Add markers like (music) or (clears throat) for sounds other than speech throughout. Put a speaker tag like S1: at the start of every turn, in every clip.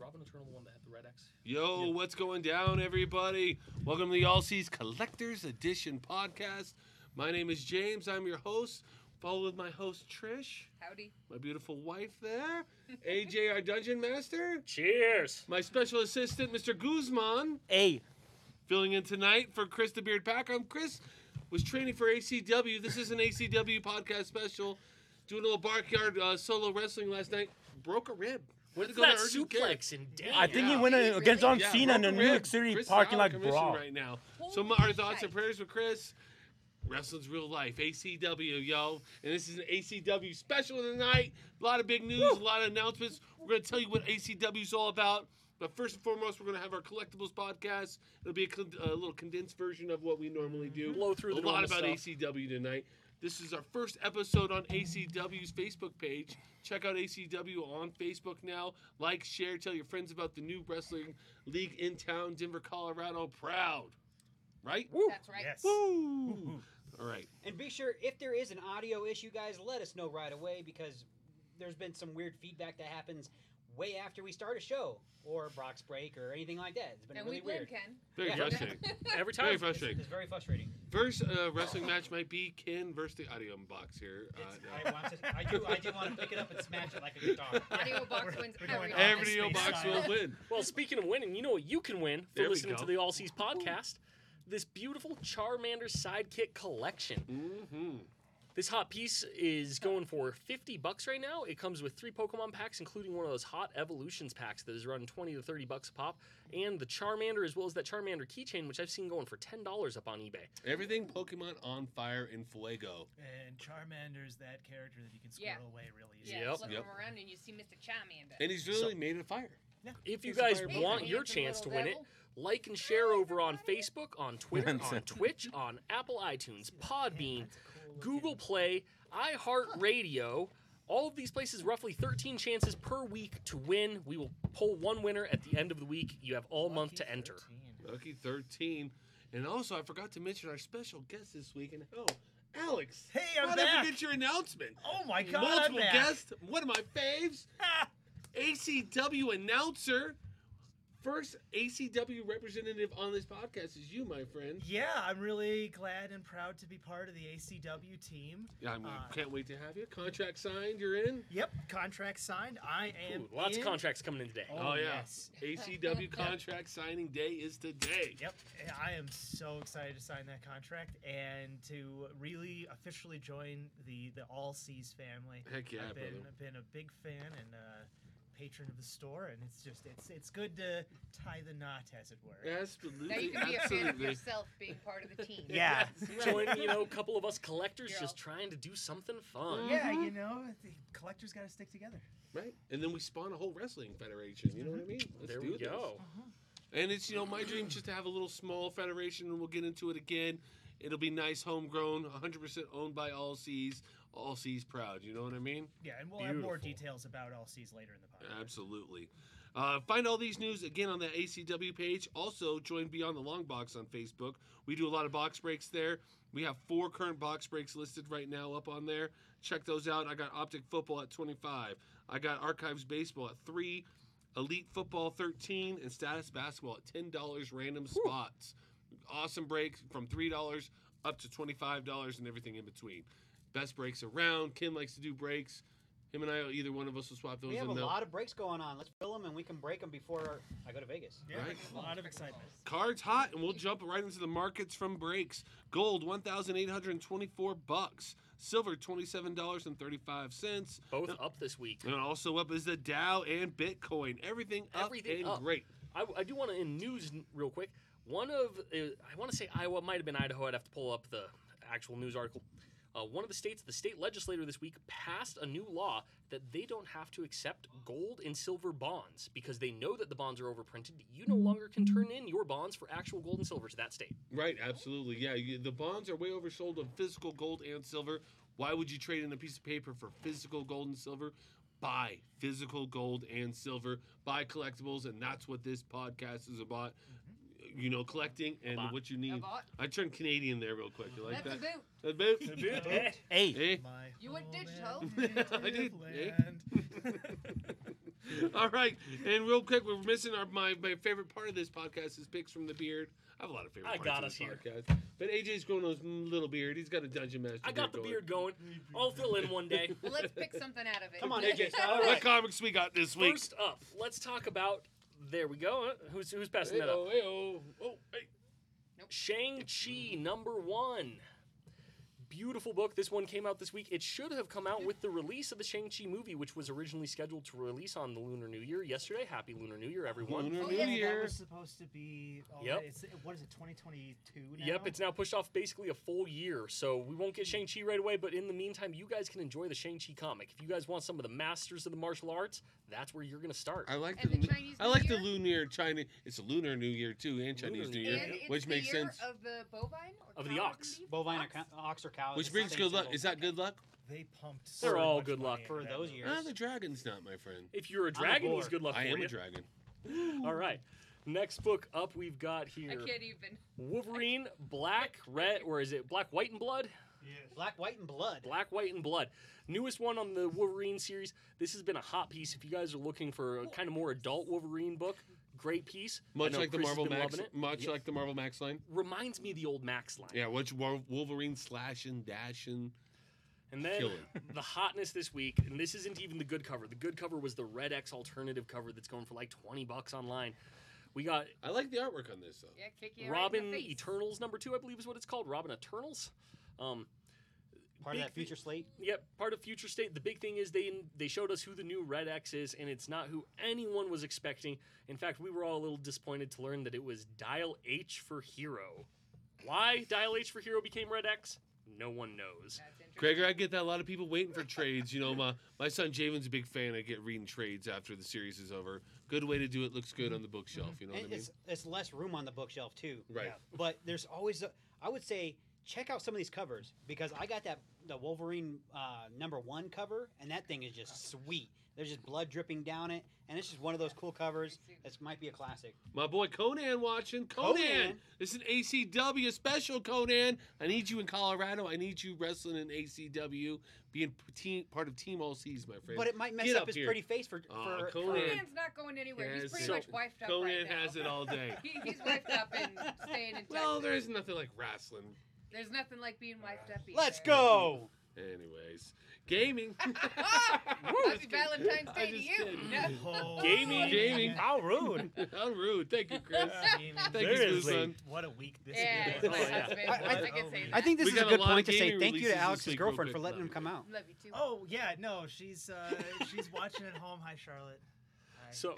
S1: Robin Eternal the one that had the red X?
S2: Yo, what's going down, everybody? Welcome to the All Seas Collectors Edition podcast. My name is James. I'm your host, followed with my host Trish,
S3: Howdy.
S2: my beautiful wife there, AJ, our dungeon master,
S1: Cheers.
S2: my special assistant, Mr. Guzman,
S4: Hey,
S2: filling in tonight for Chris the Beard Pack. I'm Chris. Was training for ACW. This is an ACW podcast special. Doing a little backyard uh, solo wrestling last night. Broke a rib. Went to go
S1: That
S2: to urgent care.
S1: suplex and damn.
S4: I think
S2: Yeah.
S4: he went
S3: Really?
S4: against John
S2: Yeah,
S4: Cena in a
S2: Roman
S4: New York
S2: Reigns.
S4: City
S2: Chris is
S4: parking
S2: out of
S4: lot
S2: commission
S4: brawl.
S2: right now. so
S3: Holy
S2: my, our thoughts and
S3: shite.
S2: prayers for Chris. Wrestling's real life, ACW, yo, and this is an ACW special tonight. A lot of big news, a lot of announcements. We're gonna tell you what ACW is all about. But first and foremost, we're gonna have our collectibles podcast. It'll be a, con- a little condensed version of what we normally do.
S1: Blow through the
S2: a lot
S1: normal
S2: about
S1: stuff.
S2: ACW tonight. This is our first episode on ACW's Facebook page. Check out ACW on Facebook now. Like, share, tell your friends about the new wrestling league in town, Denver, Colorado. Proud, right?
S3: That's right.
S2: Woo! All right.
S5: And be sure if there is an audio issue, guys, let us know right away because there's been some weird feedback that happens way after we start a show or Brock's break or anything like that. It's been
S3: And
S5: really
S3: we blame
S5: weird.
S3: Ken.
S2: (laughs) Very
S5: Yeah.
S2: frustrating.
S1: Every
S2: Very (laughs)
S1: time.
S2: frustrating.
S5: It's very frustrating.
S2: First uh, wrestling match might be Ken versus the audio box here. Uh,
S5: It's-
S2: no.
S5: I, want to, I do. I do want to pick it up and smash it like a guitar.
S3: Audio box wins
S6: we're
S3: every
S6: going
S3: time.
S2: Every audio
S6: Space
S2: box will
S6: style.
S2: win.
S1: Well, speaking of winning, you know what you can win for
S2: There we
S1: listening
S2: go.
S1: to the All Seas podcast? This beautiful Charmander sidekick collection.
S2: Mm-hmm.
S1: This hot piece is going for 50 bucks right now. It comes with three Pokemon packs, including one of those hot evolutions packs that is running 20 to 30 bucks a pop, and the Charmander as well as that Charmander keychain, which I've seen going for $10 up on eBay.
S2: Everything Pokemon on fire in Fuego.
S6: And Charmander's that character that you can squirrel
S3: Yeah.
S6: away really easily.
S3: Yeah,
S1: Yep.
S3: flip
S2: Yep.
S3: him around and you see Mr. Charmander.
S2: And he's literally made of fire.
S1: If you
S2: He's a
S1: guys
S2: fireball.
S1: want
S3: He's a
S1: your
S3: handsome
S1: chance to
S3: little
S1: win it,
S3: devil.
S1: like and share over on Facebook, on Twitter, on
S4: Nonsense.
S1: Twitch, on Apple iTunes, Podbean,
S6: That's a cool
S1: Google Play, iHeartRadio. All of these places, roughly 13 chances per week to win. We will pull one winner at the end of the week. You have all month to enter.
S2: Lucky 13. And also, I forgot to mention our special guest this week. And oh, Alex.
S6: Hey, I'm
S2: How did I
S6: back.
S2: forget your announcement?
S6: Oh my god,
S2: Multiple
S6: I'm back.
S2: guests, one of my faves,
S6: Ha!
S2: ACW announcer. First ACW representative on this podcast is you, my friend.
S6: (laughs) yeah, I'm really glad and proud to be part of the ACW team.
S2: Yeah, I'm,
S6: Uh,
S2: can't wait to have you. Contract signed, you're
S6: (laughs)
S2: in.
S6: Yep, contract signed. I am.
S1: Ooh, lots of
S6: in.
S1: contracts coming in today.
S6: Oh,
S2: Oh, yeah.
S6: yes.
S2: ACW contract signing day is today.
S6: Yep, and I am so excited to sign that contract and to really officially join the the All Seas family.
S2: Heck yeah,
S6: I've been
S2: brother.
S6: I've been a big fan and uh, patron of the store, and it's just it's it's good to tie the knot, as it were.
S2: Absolutely.
S3: now you can be a fan of
S2: absolutely.
S3: yourself being part of the team.
S6: Yeah. (laughs)
S1: Join, you know, a couple of us collectors
S3: You're
S1: just
S3: all-
S1: trying to do something fun.
S6: Yeah, you know, the collectors got to stick together.
S2: Right? And then we spawn a whole wrestling federation. You know what I mean? Let's
S1: There
S2: do
S1: we
S2: this.
S1: go.
S2: And it's you know my dream just to have a little small federation, and we'll get into it again. It'll be nice, homegrown, 100% owned by all seas, all seas proud. You know what I mean?
S6: Yeah, and we'll have more
S2: Beautiful.
S6: details about all seas later in the podcast.
S2: Absolutely. Uh, find all these news again on the ACW page. Also, join Beyond the Long Box on Facebook. We do a lot of box breaks there. We have four current box breaks listed right now up on there. Check those out. I got Optic Football at 25. I got Archives Baseball at 3, Elite Football 13, and Status Basketball at $10 random spots. Awesome breaks from $3 up to $25 and everything in between. Best breaks around. Kim likes to do breaks. Him and I, either one of us will swap those
S5: We have a
S2: in though.
S5: lot of breaks going on. Let's fill them and we can break them before I go to Vegas.
S6: Yeah,
S2: Right.
S6: a lot of excitement.
S2: Cards hot, and we'll jump right into the markets from breaks. Gold, one thousand eight hundred twenty-four bucks. Silver, twenty-seven dollars and thirty-five cents.
S1: Both up this week.
S2: And also up is the Dow and Bitcoin. Everything up
S1: Everything
S2: and
S1: up.
S2: great.
S1: I, I do want to in news n- real quick. One of uh, I want to say Iowa might have been Idaho. I'd have to pull up the actual news article. Uh, one of the states, the state legislator this week passed a new law that they don't have to accept gold and silver bonds because they know that the bonds are overprinted. You no longer can turn in your bonds for actual gold and silver to that state.
S2: Right, absolutely. Yeah, you, the bonds are way oversold on physical gold and silver. Why would you trade in a piece of paper for physical gold and silver? Buy physical gold and silver. Buy collectibles, and that's what this podcast is about. You know, collecting and
S1: Mm-hmm. About.
S2: what you need.
S3: About.
S2: I turned Canadian there real quick. You like
S3: That's a
S2: that? Eh?
S3: boot.
S2: A boot.
S6: Yeah.
S2: (laughs)
S4: Hey,
S2: Eh?
S6: My
S3: You went
S6: home
S2: (laughs)
S3: digital.
S6: and
S2: I did,
S6: native land.
S2: Eh? (laughs) All right, and real quick, we're missing our my, my favorite part of this podcast is picks from the beard. I have a lot of favorite
S1: I
S2: parts
S1: got
S2: of
S1: us
S2: this
S1: here.
S2: podcast, but AJ's growing his little beard. He's got a dungeon master.
S1: I got the
S2: going.
S1: beard going. I'll fill in one day.
S3: Well, let's pick something out of it.
S5: Come on, AJ. All
S2: What
S5: right.
S2: comics we got this week?
S1: First up, let's talk about. There we go. Uh, Who's who's passing that up?
S2: Hey-oh, hey-oh. Oh, hey.
S1: Shang Chi number one. Beautiful book. This one came out this week. It should have come out with the release of the Shang Chi movie, which was originally scheduled to release on the Lunar New Year yesterday. Happy Lunar New Year, everyone.
S2: Lunar
S3: Oh,
S2: New
S3: yeah, that
S6: That
S2: Year.
S6: was supposed to be. Oh,
S1: Yep.
S6: It's, what is it? 2022 now.
S1: Yep, it's now pushed off basically a full year, so we won't get Shang-Chi right away, but in the meantime, you guys can enjoy the Shang-Chi comic. If you guys want some of the masters of the martial arts, that's where you're going to start.
S2: I like the,
S3: And the
S2: lu-
S3: Chinese
S2: I
S3: New
S2: like
S3: Year?
S2: the lunar China. It's a lunar New Year too, and Chinese
S1: Lunar
S2: New
S1: New
S2: Year,
S1: Year.
S3: And it's
S2: which
S3: the
S2: makes
S3: year
S2: sense.
S3: of the bovine or
S1: Of the
S3: cow, I
S1: ox.
S3: believe?
S5: Bovine or
S3: Ox.
S5: cow, ox or cow. it's
S2: Which
S5: the
S2: brings
S5: same
S2: good luck.
S5: symbol.
S2: Is that good luck?
S6: They pumped. so
S1: They're all
S6: much
S1: good
S6: money
S1: luck.
S6: into
S5: For
S6: that
S5: those
S6: movie.
S5: years.
S2: Ah,
S5: Yes.
S2: the dragon's not my friend.
S1: If you're a dragon, he's
S6: board.
S1: good luck
S2: I
S1: for
S2: am
S1: you.
S2: a dragon.
S1: All right. Next book up we've got
S3: I
S1: here
S3: can't even.
S1: Wolverine Black Red or is it Black White and Blood?
S5: Black, white, and blood.
S1: Black White and Blood. Newest one on the Wolverine series. This has been a hot piece if you guys are looking for a kind of more adult Wolverine book. Great piece. I
S2: Much
S1: know
S2: like the
S1: Chris has
S2: Marvel
S1: been
S2: Max,
S1: loving it.
S2: much
S1: Yeah.
S2: like the Marvel Max line.
S1: reminds me of the old Max line.
S2: Yeah, which Wol- Wolverine slashing, dashing.
S1: And then
S2: Killing.
S1: (laughs) the hotness this week, and this isn't even the good cover. The good cover was the Red X alternative cover that's going for like 20 bucks online. We got
S2: I like the artwork on this though.
S3: Yeah, kick you right
S1: Robin
S3: in the face.
S1: Eternals number two, I believe is what it's called. Robin Eternals. Um,
S5: Part of
S1: big
S5: that future slate.
S1: Yep, part of Future State. The big thing is they they showed us who the new Red X is, and it's not who anyone was expecting. In fact, we were all a little disappointed to learn that it was Dial H for Hero. Why Dial H for Hero became Red X? No one knows.
S3: That's interesting.
S2: Gregor, I get that a lot of people waiting for trades. You know, my my son Javen's a big fan. I get reading trades after the series is over. Good way to do it. Looks good on the bookshelf. You know what I
S5: And
S2: mean?
S5: it's, it's less room on the bookshelf too.
S2: Right.
S6: Yeah.
S5: (laughs) But there's always, a, I would say, check out some of these covers because I got that the Wolverine uh, number one cover, and that thing is just sweet. There's just blood dripping down it, and it's just one of those cool covers. This might be a classic.
S2: My boy Conan watching. Conan.
S5: Conan.
S2: This is an ACW special, Conan. I need you in Colorado. I need you wrestling in ACW, being p- team, part of Team All Seas, my friend.
S5: But it might mess
S2: Get
S5: up,
S2: up
S5: his
S2: here.
S5: pretty face for,
S2: Aw,
S5: for,
S2: Conan.
S5: for
S3: Conan's not going anywhere.
S2: Yes,
S3: He's pretty
S1: so
S3: much wifed up
S2: Conan
S3: right now.
S2: has it all
S3: (laughs)
S2: day.
S3: He, he's wiped up and staying in
S2: well,
S3: Texas.
S2: there is nothing like wrestling.
S3: There's nothing like being wiped up. Either.
S5: Let's go.
S2: Anyways,
S3: (laughs)
S2: gaming.
S3: Happy Valentine's
S2: I'm
S3: Day to
S2: just
S3: you.
S2: kidding.
S1: (laughs)
S2: (laughs)
S3: No.
S6: Oh,
S1: Gaming.
S2: Gaming.
S4: How rude.
S2: How rude. Thank you, Chris.
S3: (laughs)
S6: Gaming.
S2: (laughs) Thank you,
S4: Seriously.
S2: Susan.
S6: What a week this
S3: Yeah,
S6: is.
S3: it's my
S1: Oh, yeah.
S3: husband.
S5: I-
S3: I,
S5: I-
S3: can say that.
S5: (laughs) I think this
S2: We
S5: is a
S2: got a
S5: good
S2: lot of
S5: point to say
S2: gaming
S5: thank you
S2: releases
S5: to
S2: this
S5: Alex's
S2: week, real
S5: girlfriend
S2: quick.
S5: for letting
S2: Love
S5: him
S2: you.
S5: come out.
S3: Love you too.
S6: Oh yeah, no, she's uh, she's watching at home. Hi, Charlotte. Hi.
S1: So,
S2: A-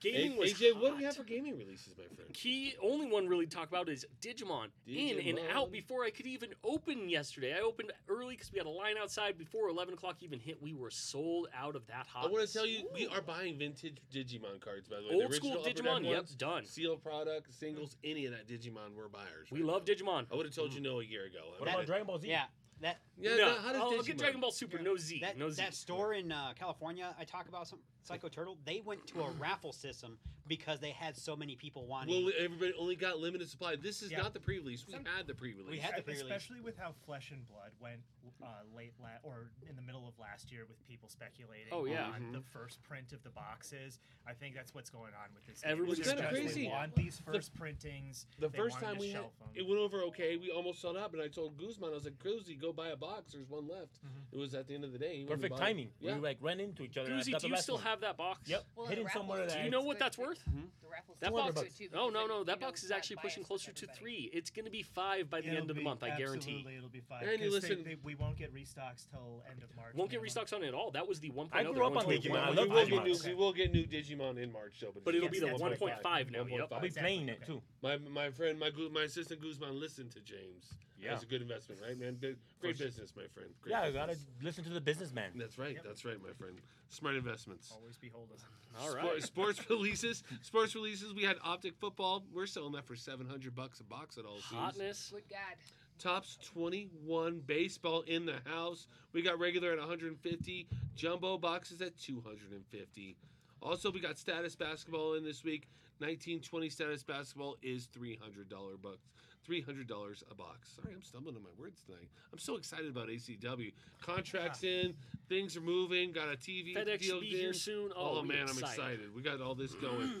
S1: gaming was
S2: AJ, what do
S1: hot.
S2: we have for gaming releases, my friend?
S1: Key only one really to talk about is Digimon. In and
S2: Digimon.
S1: out before I could even open yesterday. I opened early because we had a line outside before eleven o'clock even hit. We were sold out of that hot.
S2: I want to tell you, we are buying vintage Digimon cards, by the way. The
S1: old school
S2: original Upper Deck
S1: Digimon. Yep,
S2: ones,
S1: done.
S2: Seal product, singles, any of that Digimon, we're buyers.
S1: We
S2: right
S1: love
S2: now.
S1: Digimon.
S2: I would have told you no a year ago. I
S4: What about
S2: mean,
S4: Dragon Ball Z?
S5: Yeah, that
S2: yeah,
S1: no,
S2: no, how does
S1: I'll, I'll
S2: Digimon?
S1: get Dragon Ball Super.
S5: Yeah.
S1: No Z.
S5: that,
S1: no Z.
S5: that store in uh, California I talk about, some Psycho Turtle, they went to a raffle system because they had so many people wanting.
S2: Well, everybody only got limited supply. This is
S6: Yeah.
S2: not the pre-release. We
S6: Some-
S2: had the pre-release.
S5: We had the pre-release.
S6: Especially with how Flesh and Blood went uh, late la- or in the middle of last year with people speculating
S1: Oh, yeah.
S6: on
S2: Mhm.
S6: the first print of the boxes. I think that's what's going on with this.
S1: Everyone's
S6: game. It's
S2: kinda
S6: just
S2: crazy.
S6: They want these first printings.
S2: the
S6: They
S2: first
S6: wanted
S2: time
S6: to
S2: we had,
S6: shelf 'em.
S2: it went over okay. We almost sold out, and I told Guzman, I was like, "Guzy, go buy a box. There's one left."
S6: Mhm.
S2: It was at the end of the day. He went and
S4: Perfect
S2: bought it.
S4: timing.
S2: Yeah.
S4: We like ran into each other. and I
S1: Doozy,
S4: got
S1: do
S4: the
S1: you
S4: last
S1: still
S4: one.
S3: one.
S1: have that box?
S4: Yep.
S3: Well,
S4: Hidden
S3: the
S4: somewhere.
S3: raffles
S4: that
S1: Do
S4: I-
S1: you know what that's worth?
S2: Mm-hmm.
S3: The raffle's
S1: That
S3: still
S4: box-
S3: good, too,
S1: Oh
S3: because
S1: no,
S3: then
S1: no,
S3: you
S1: that
S3: know
S1: box is
S3: it's not
S1: actually pushing
S3: biased
S1: closer to
S3: with everybody.
S1: three. It's going to be five by the end
S6: It'll
S1: of the
S6: be-
S1: month. I guarantee.
S6: Absolutely, it'll be fine.
S2: And you
S6: 'cause they-
S2: listen-
S6: they- we won't get restocks till end of March.
S1: Won't get
S6: minimum.
S1: restocks on it at all. That was the 1.0.
S4: I grew
S1: they're
S4: up on
S2: We,
S1: 1.1.
S4: Digimon. I
S2: we
S4: love
S2: will get new,
S4: Digimon.
S2: we will get new Digimon in March, though.
S1: But
S2: it's
S1: it'll
S2: just
S1: be the
S6: Yes, that's
S1: 1.5 now. Yep.
S4: I'll be
S6: Exactly.
S4: playing
S6: Okay.
S4: it too.
S2: My my friend, my Gu- my assistant Guzman, listened to James.
S4: Yeah.
S2: that's a good investment, right, man? Big, great business, my friend. Great
S4: Yeah, I
S2: business.
S4: gotta listen to the businessman.
S2: That's right.
S6: Yep.
S2: That's right, my friend. Smart investments.
S6: Always behold us.
S1: All
S2: Spor-
S1: right.
S2: (laughs) sports releases. Sports releases. We had Optic Football. We're selling that for seven hundred bucks a box at all. Seas.
S1: Hotness.
S3: Good God.
S2: Tops twenty one baseball in the house. We got regular at one hundred and fifty. Jumbo boxes at two hundred and fifty. Also, we got status basketball in this week. Nineteen twenty status basketball is three hundred dollar bucks. three hundred dollars a box. Sorry, I'm stumbling on my words tonight. I'm so excited about ACW. Contracts in, things are moving. Got a TV
S1: FedEx
S2: deal
S1: should be here
S2: in.
S1: soon.
S2: Oh,
S1: we
S2: man, I'm excited. We got all
S1: (clears throat)
S2: this going.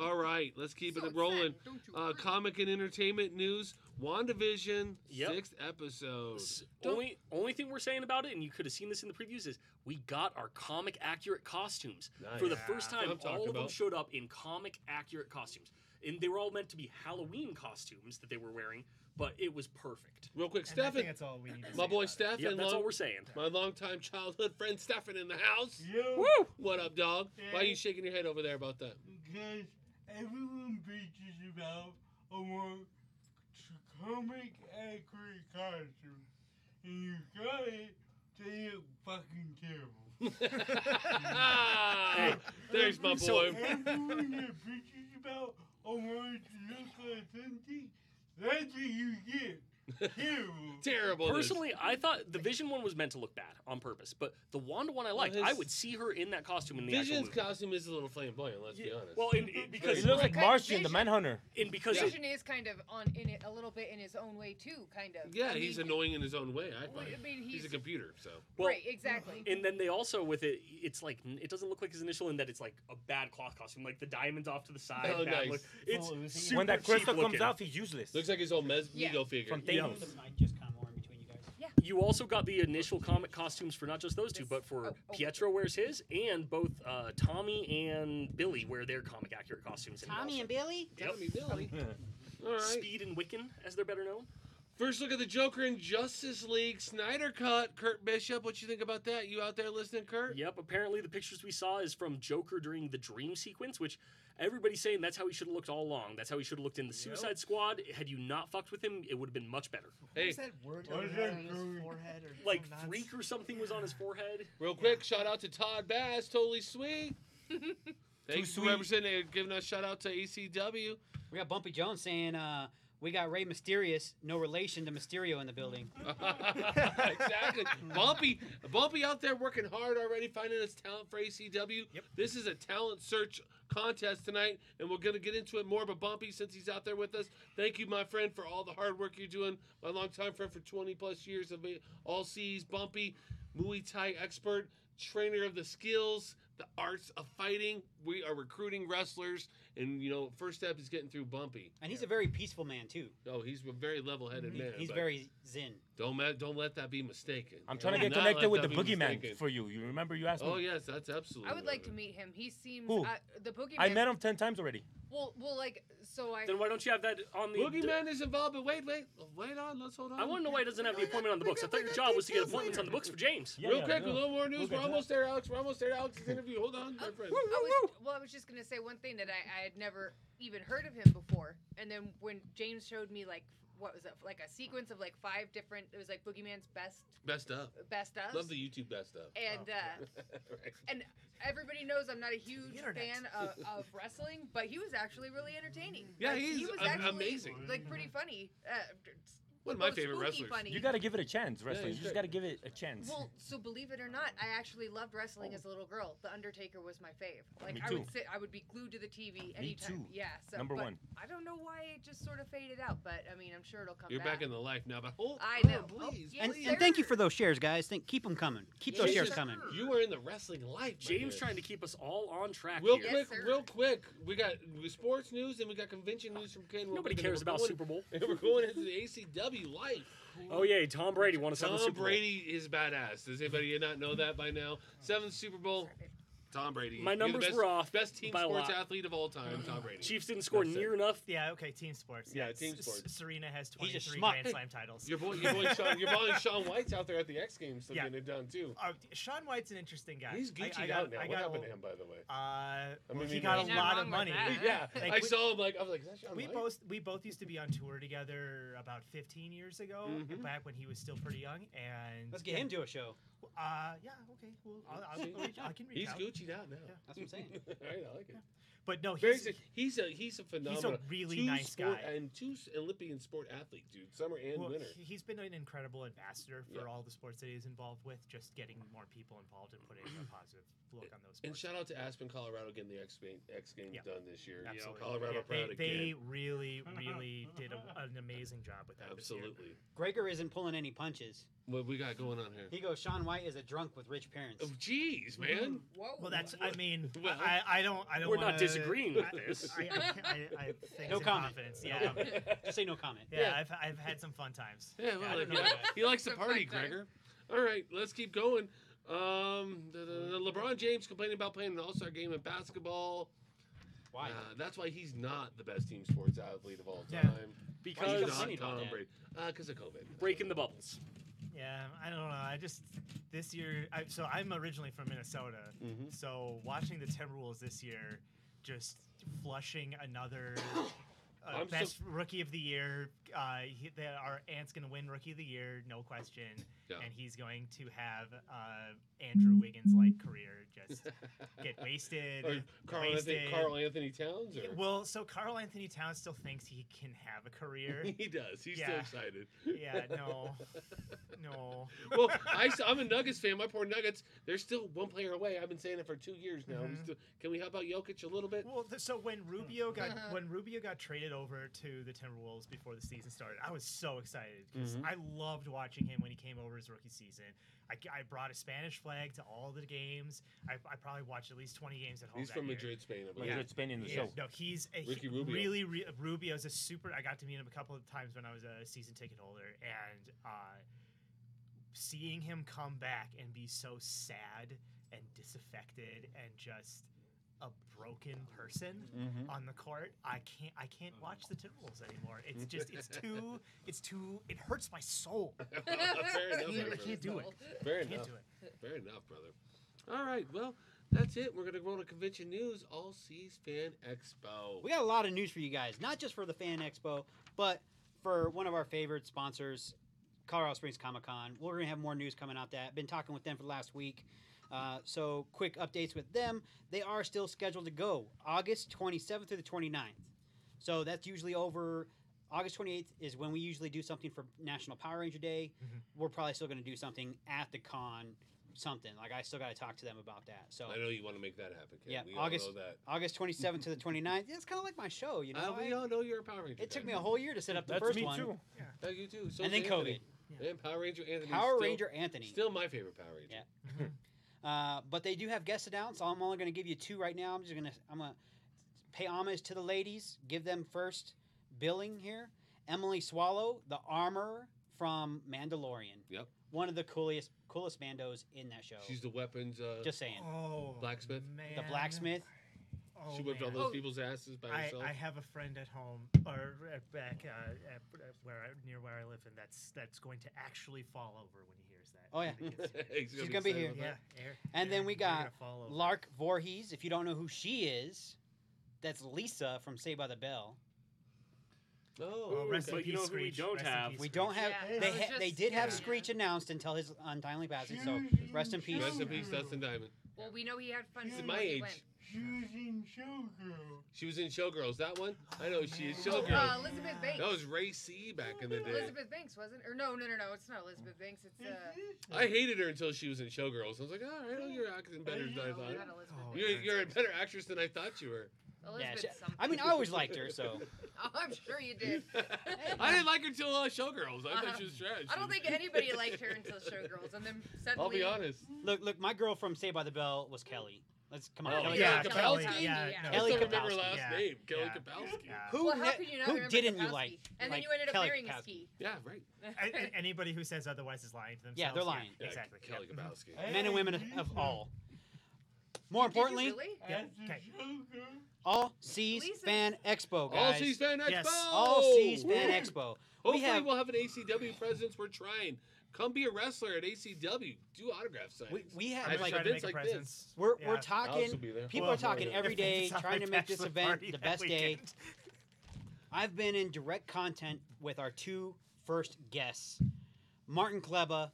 S2: all right, let's keep it rolling. Uh, comic and entertainment news: WandaVision
S1: Yep.
S2: sixth episode.
S1: S- Only only thing we're saying about it, and you could have seen this in the previews, is we got our comic accurate costumes for the
S2: Nice.
S1: first
S2: Yeah.
S1: time.
S2: I'm talking
S1: All of them
S2: about.
S1: showed up in comic accurate costumes, and they were all meant to be Halloween costumes that they were wearing, but it was perfect.
S2: Real quick,
S6: And I think
S2: Stefan,
S6: that's all we need to say
S2: my boy
S6: about it.
S2: Stefan,
S1: Yeah, that's
S2: long-
S1: all we're saying.
S2: my longtime childhood friend Stefan in the house.
S7: Yo,
S2: What up, dog? Why are you
S7: Hey.
S2: shaking your head over there about that?
S7: because everyone bitches about a more t- comic accurate costume, and you got it, they look fucking
S4: (laughs)
S7: terrible.
S2: Hey, (laughs) there's my
S1: So-
S2: boy.
S7: Everyone that bitches about a more to look like something, that's what you get.
S4: (laughs)
S7: Terrible.
S2: Terrible.
S1: Personally, I thought the Vision one was meant to look bad on purpose, but the Wanda one I liked. I
S2: his-
S1: would see her in that costume in the
S2: Vision's
S1: actual movie.
S2: costume is a little flamboyant. Let's be honest.
S1: well, and, and because
S4: It looks like
S3: Because
S4: Martian, the
S3: Vision-
S4: Manhunter.
S1: and because it,
S3: Vision is kind of on in it a little bit in his own way too, kind of.
S2: yeah,
S3: I
S2: he's
S3: mean,
S2: annoying in his own way. I
S3: well,
S2: find.
S3: I mean,
S2: he's,
S3: he's,
S2: a computer, so
S1: well,
S3: right, exactly.
S1: And then they also with it, it's like it doesn't look like his initial in that it's like a bad cloth costume, like the diamonds off to the side.
S2: Oh,
S1: bad
S2: nice.
S1: look. It's
S7: Oh, is he-
S1: super
S4: when that crystal
S1: cheap
S4: comes
S1: looking.
S4: off, he's useless.
S2: looks like his old Mesmigo
S3: Yeah.
S2: figure.
S4: From
S1: Yeah.
S4: Thanos.
S5: I just kind of more in between you guys.
S1: You also got the initial comic costumes for not just those two,
S3: This-
S1: but for
S3: oh, oh.
S1: Pietro wears his, and both uh, Tommy and Billy wear their comic accurate costumes. in it
S5: Tommy
S1: also.
S5: and Billy.
S1: Yep.
S2: Tommy Billy. All right.
S1: Speed and Wiccan, as they're better known.
S2: First look at the Joker in Justice League Snyder cut. Kurt Bishop, what you think about that? You out there listening, Kurt?
S1: Yep. Apparently, the pictures we saw is from Joker during the dream sequence, which everybody's saying that's how he should have looked all along. That's how he should have looked in the Suicide Squad. Had you not fucked with him, it would have been much better.
S2: Hey,
S6: What was that word
S7: What
S6: over
S7: is
S6: there
S7: that
S6: on his
S7: going-
S6: forehead or some
S1: Like
S6: nonsense?
S1: freak or something was on his forehead.
S2: Real quick, shout out to Todd Bass, totally sweet. Thanks for
S4: sweet.
S2: representing and giving us shout out to E ECW.
S5: We got Bumpy Jones saying, uh, "We got Ray Mysterious, no relation to Mysterio in the building."
S2: (laughs) exactly. Bumpy Bumpy out there working hard already, finding us talent for ACW.
S6: Yep.
S2: This is a talent search contest tonight, and we're gonna get into it more, but Bumpy, since he's out there with us, thank you, my friend, for all the hard work you're doing. My longtime friend for 20 plus years of it, all seas, Bumpy, Muay Thai expert, trainer of the skills, the arts of fighting. We are recruiting wrestlers, and you know, first step is getting through Bumpy.
S5: And he's a very peaceful man too.
S2: Oh, he's a very level-headed man.
S5: he's
S2: but-
S5: very zen.
S2: don't let, don't let that be mistaken.
S4: I'm trying to
S2: Do
S4: get
S2: not
S4: connected
S2: let
S4: with the
S2: that be
S4: boogeyman
S2: mistaken.
S4: for you. You remember you asked
S2: Oh
S4: me?
S2: yes, that's absolutely.
S3: I would like to
S2: right.
S3: meet him. He seems
S4: Who?
S3: Uh, the boogeyman.
S4: I met him ten times already.
S3: Well, well, like so I.
S1: Then why don't you have that on the?
S2: Boogeyman is involved, but wait, wait, wait on. Let's hold on.
S1: I want to know why he doesn't have the appointment on the books. I thought your job was to get appointments on the books for James.
S4: Yeah,
S2: Real
S4: yeah,
S2: quick,
S4: no.
S2: a little more news.
S4: We'll get
S2: We're
S4: to
S2: almost there, Alex. We're almost there, Alex's interview. Hold on, (gasps) my friend.
S3: I was, well, I was just gonna say one thing that I, I had never even heard of him before, and then when James showed me like what was it like a sequence of like five different it was like Boogeyman's best
S2: Best up.
S3: best of
S2: Love the Oh, YouTube best
S3: (laughs)
S2: up.
S3: and uh, everybody knows I'm not a huge
S6: internet.
S3: fan of, of wrestling, but he was actually really entertaining.
S2: Yeah,
S3: Like,
S2: he's
S3: he was
S2: a-
S3: actually,
S2: amazing.
S3: like pretty funny. Uh,
S2: One of my
S3: most
S2: favorite
S3: spooky
S2: wrestlers.
S3: Funny.
S4: You gotta give it a chance, wrestling.
S2: he's great.
S4: you just gotta give it a chance. (laughs)
S3: Well, so believe it or not, I actually loved wrestling as a little girl. The Undertaker was my fave. Like
S4: Me
S3: I would
S4: too.
S3: sit, I would be glued to the TV anytime.
S4: too.
S3: Yeah. So,
S4: Number
S3: but
S4: one.
S3: I don't know why it just sort of faded out, but I mean, I'm sure it'll come
S2: You're
S3: back.
S2: back in the life now, but hold
S3: I
S2: on,
S3: know. Oh,
S2: please.
S3: yeah.
S5: And,
S2: please.
S5: and thank you for those shares, guys. Think keep them coming. Keep those shares
S2: Jesus,
S5: coming.
S2: You are in the wrestling life, my
S1: James
S2: man.
S1: trying to keep us all on track.
S2: Real
S1: here.
S3: Yes,
S2: quick,
S3: sir.
S2: real quick. We got sports news and we got convention news from Ken. We're
S1: Nobody
S2: gonna-
S1: cares
S2: we're
S1: about
S2: going-
S1: Super Bowl.
S2: (laughs) We're going into the ACW life.
S1: Oh yeah, Tom Brady won us on the
S2: Tom
S1: Super Bowl.
S2: Brady is badass. Does anybody not know that by now? Seventh Super Bowl, Tom Brady.
S1: My
S2: You're the
S1: numbers
S2: best,
S1: were off
S2: Best team
S1: by a
S2: sports
S1: lot.
S2: athlete of all time, Tom
S1: (laughs)
S2: Brady.
S1: Chiefs didn't score
S2: That's it.
S1: near enough.
S6: Yeah, okay, team sports.
S2: Yeah,
S6: S-
S2: team
S6: S-
S2: sports.
S6: Serena has
S5: He's a
S6: 23
S5: schmuck.
S6: Grand Slam titles.
S2: Your boy, your boy, Sean, your boy Sean White's out there at the X Games still
S6: Yeah.
S2: getting it done too.
S6: Uh, Sean White's an interesting guy.
S2: He's
S6: I-
S2: Gucci
S6: I
S2: out
S6: got-
S2: now.
S6: I
S2: what
S6: got
S2: happened
S6: a-
S2: to him, by the way?
S6: Uh,
S2: I mean,
S6: he got a
S2: he's-
S6: lot
S3: Nothing
S6: of
S3: wrong
S6: money.
S3: with that.
S2: Yeah,
S6: Like,
S2: I
S6: we-
S2: saw him. Like I was like, is that Sean
S6: We
S2: White?
S6: both we both used to be on tour together about 15 years ago,
S2: Mhm.
S6: back when he was still pretty young. And
S5: Let's get him to a show.
S6: Uh, yeah, okay. Well, I'll, I'll,
S2: See?
S6: I'll reach, I can reach
S2: He's
S6: out.
S2: Gucci'd out now.
S6: Yeah.
S5: That's what I'm saying.
S2: (laughs)
S4: (laughs)
S2: All right, I like it.
S6: But no,
S2: Very
S6: he's,
S2: sick. He's a he's a phenomenal.
S6: really
S2: two
S6: nice
S2: sport,
S6: guy.
S2: and two s- Olympian sport athlete, dude. Summer and
S6: well,
S2: winter.
S6: he- he's been an incredible ambassador for
S2: Yeah.
S6: all the sports that he's involved with, just getting more people involved and putting a positive look on those.
S2: And
S6: books.
S2: shout out to Aspen, Colorado, getting the X game X game
S6: Yeah.
S2: done this year.
S6: Absolutely.
S2: Colorado
S6: Yeah,
S2: proud
S6: they, they
S2: again.
S6: really, really did a, an amazing job with that. this year.
S2: Absolutely.
S5: Gregor isn't pulling any punches.
S2: What we got going on here?
S5: He goes, Sean White is a drunk with rich
S2: (laughs)
S5: parents.
S2: Oh, jeez, man.
S3: Whoa. (laughs)
S6: Well, that's. I mean,
S2: Well,
S6: I, I don't. I don't.
S1: We're not
S6: wanna-
S1: disagreeing with
S6: I-
S1: this.
S6: I, I, I, I think
S5: No
S6: in
S5: comment.
S6: confidence. (laughs)
S5: No
S6: Yeah.
S5: comment. Just say no comment.
S6: Yeah,
S2: Yeah.
S6: I've, I've had some fun times.
S2: (laughs) Yeah, well,
S6: Yeah.
S2: he, li- he likes to
S3: Some
S2: party,
S3: fun time.
S2: Gregor. All right, let's keep going. Um, the, the, the LeBron James complaining about playing an All Star game in basketball.
S5: Why?
S2: Uh, that's why he's not the best team sports athlete of all
S6: Yeah.
S2: time.
S5: Why are you
S2: He's
S1: (laughs) because
S2: not
S5: complaining about
S2: Tom
S5: that?
S2: Brady. Because of COVID.
S1: breaking the bubbles.
S6: Yeah, I don't know. I just this year. I, so I'm originally from Minnesota.
S2: Mhm.
S6: So watching the Timberwolves this year, just flushing
S2: (coughs)
S6: another uh,
S2: I'm so-
S6: best rookie of the year. Uh, he, the, our Ant's gonna win rookie of the year, no question.
S2: Yeah.
S6: And he's going to have uh, Andrew Wiggins like career, just
S2: (laughs)
S6: get wasted.
S2: Or Carl Anthony,
S6: wasted.
S2: Carl Anthony Towns? Or?
S6: Well, so Carl Anthony Towns still thinks he can have a (laughs) career.
S2: (laughs) he does. He's still
S6: Yeah. (laughs)
S2: excited.
S6: yeah, no, no.
S2: well, I, am a Nuggets fan. My poor Nuggets. They're still one player away. I've been saying it for two years now. We
S6: Mhm.
S2: still- can we help out Jokic a little bit?
S6: Well, th- so when Rubio got when Rubio got traded over to the Timberwolves before the season started, I was so excited because
S2: Mhm.
S6: I loved watching him when he came over his rookie season. I, g- I brought a Spanish flag to all the games. I, I probably watched at least twenty games at home.
S2: He's
S6: that
S2: from
S6: year.
S2: Madrid, Spain. I believe.
S6: Yeah.
S4: Madrid, Spain in the
S6: Yeah,
S4: show.
S6: no, he's a, he-
S2: Ricky Rubio.
S6: really re- Rubio's a super. I got to meet him a couple of times when I was a season ticket holder, and uh, seeing him come back and be so sad and disaffected and just a broken person on the court, I can't. I
S1: Oh.
S6: can't watch the Timberwolves anymore.
S1: (laughs)
S6: It's just. It's too. It's too. It hurts my soul.
S2: (laughs)
S6: I (laughs)
S2: Fair enough,
S6: can't, I
S2: my
S6: can't
S2: brother.
S6: do it.
S2: Fair
S6: Can't
S2: enough.
S6: do it.
S2: Fair enough, brother. All right. Well, that's it. We're gonna go to convention news. All Seas Fan Expo.
S5: We got a lot of news for you guys, not just for the Fan Expo, but for one of our favorite sponsors, Colorado Springs Comic Con. We're going to have more news coming out that. Been talking with them for the last week. Uh, so, quick updates with them. They are still scheduled to go August 27th through the 29th. So, that's usually over. August 28th is when we usually do something for National Power Ranger Day. We're probably still going to do something at the con, something. Like, I still got to talk to them about that. So,
S2: I know you want to make that happen. Ken.
S5: Yeah,
S2: we
S5: August-
S2: all know that.
S5: August 27th to the 29th. It's kind of like my show, you know?
S2: Uh, we
S5: I-
S2: all know you're a Power Ranger.
S5: it took
S2: fan.
S5: me a whole year to set up the
S4: That's
S5: first
S4: me
S5: one.
S4: too.
S2: Oh, you too. So
S5: And then
S2: is Anthony.
S5: COVID.
S2: And Power Ranger Anthony.
S5: Power
S2: still-
S5: Ranger Anthony.
S2: Still my favorite Power Ranger.
S5: Yeah.
S6: Mm-hmm.
S5: (laughs) Uh, but they do have guests announced. I'm only going to give you two right now. I'm just going to I'm going to pay homage to the ladies. Give them first billing here. Emily Swallow, the armor from Mandalorian.
S2: Yep.
S5: One of the coolest coolest mandos in that show.
S2: She's the weapons. Uh,
S5: just saying.
S6: Oh,
S2: Blacksmith?
S6: Man.
S5: The blacksmith.
S6: Oh,
S2: she whipped all
S6: man.
S2: those
S3: Oh.
S2: people's asses by
S6: I,
S2: herself. (laughs)
S6: I have a friend at home or at back uh, at, at where I, near where I live, and that's that's going to actually fall over when he hears that.
S5: Oh, yeah.
S2: (laughs)
S6: when he gets here.
S2: He's
S5: She's gonna be
S2: excited
S5: here.
S2: about
S6: yeah.
S2: that.
S6: Eric-
S5: And then
S6: Eric,
S5: we
S6: you're gonna
S5: got
S6: fall over.
S5: Lark Voorhees, if you don't know who she is, that's Lisa from Say by the Bell.
S2: Oh,
S6: Oh, rest
S2: okay.
S6: in
S1: But you
S6: peace,
S1: know who we
S6: Screech.
S1: don't
S6: Rest in
S1: have?
S6: peace,
S5: We
S6: Screech.
S5: don't have
S3: Yeah,
S5: they
S3: I was
S5: ha- they
S3: just-
S5: did have
S3: yeah.
S5: Screech announced until his untimely passing. So
S7: Choosing
S5: rest in peace.
S2: Rest in peace,
S7: Showgirl.
S2: Dustin Diamond.
S3: Well, we know he had fun.
S2: She's
S3: when
S2: my
S3: he
S2: age.
S3: went.
S7: She was in Showgirl.
S2: She was in Showgirls. That one? I know she is
S6: Oh,
S3: Oh,
S2: Showgirls.
S3: uh, Elizabeth Banks.
S2: that was Ray C back in the day.
S3: Elizabeth Banks wasn't, or no, no, no, no. It's not Elizabeth Banks. It's uh,
S2: I hated her until she was in Showgirls. I was like, all right, oh, you're acting better than I
S3: no, not
S2: thought.
S3: Elizabeth.
S6: Oh,
S2: You're,
S3: Banks.
S2: you're a better actress than I thought you were.
S5: Yeah,
S3: Elizabeth
S5: she-
S3: something.
S5: I mean, I always liked
S3: (laughs)
S5: her, so
S3: oh, I'm sure you did.
S2: (laughs) I didn't like her until uh, Showgirls. I thought she was trash.
S3: I don't think anybody liked her until Showgirls, and then suddenly.
S2: I'll be honest.
S5: look, look, my girl from Say by the Bell was Kelly. Let's come on,
S2: Oh,
S5: Kelly.
S6: yeah,
S2: Kapowski.
S6: Kelly,
S3: Kapowski,
S6: yeah,
S3: yeah.
S6: no,
S2: I
S5: Kelly
S2: still
S6: Kapowski,
S2: remember her last
S6: yeah,
S2: name, Kelly
S6: yeah,
S2: Kapowski.
S6: yeah.
S5: Who,
S3: well, how
S5: ne-
S3: could you not
S5: who
S3: remember
S5: didn't you
S3: Kapowski?
S5: like?
S3: And then
S5: like
S3: you ended up
S5: Kelly
S3: marrying
S5: Kapowski.
S3: a ski.
S2: Yeah, right.
S3: (laughs)
S2: (laughs)
S6: And, and anybody who says otherwise is lying to themselves.
S5: Yeah, they're lying.
S2: Yeah,
S6: exactly. yeah.
S2: Kelly
S6: Mhm.
S2: Kapowski.
S5: Men and women of all. More
S3: Did you
S5: importantly,
S3: really? Oh,
S7: As a
S6: Okay.
S7: Showgirl.
S5: All Seas
S3: Lisa-
S5: Fan Expo, guys.
S2: All Seas Fan Expo.
S6: Yes.
S5: All Seas Fan
S2: Woo!
S5: Expo.
S2: Hopefully,
S5: we have
S2: we'll have an ACW presence. We're trying. Come be a wrestler at ACW. Do autograph signings.
S5: we, we have
S6: I'm
S2: I'd
S5: like
S6: trying to make
S2: events
S6: a
S2: like
S6: presence.
S5: we're
S6: Yeah.
S5: we're
S2: Alex will
S5: talking.
S2: be there.
S5: People
S6: Well,
S5: are talking
S2: yeah.
S5: every
S6: If it's
S5: day,
S6: our
S5: trying to make this
S6: bachelor (laughs)
S5: event
S6: party
S5: the
S6: that
S5: best day.
S2: (laughs)
S6: weekend.
S5: I've been in direct content with our two first guests, Martin Kleba.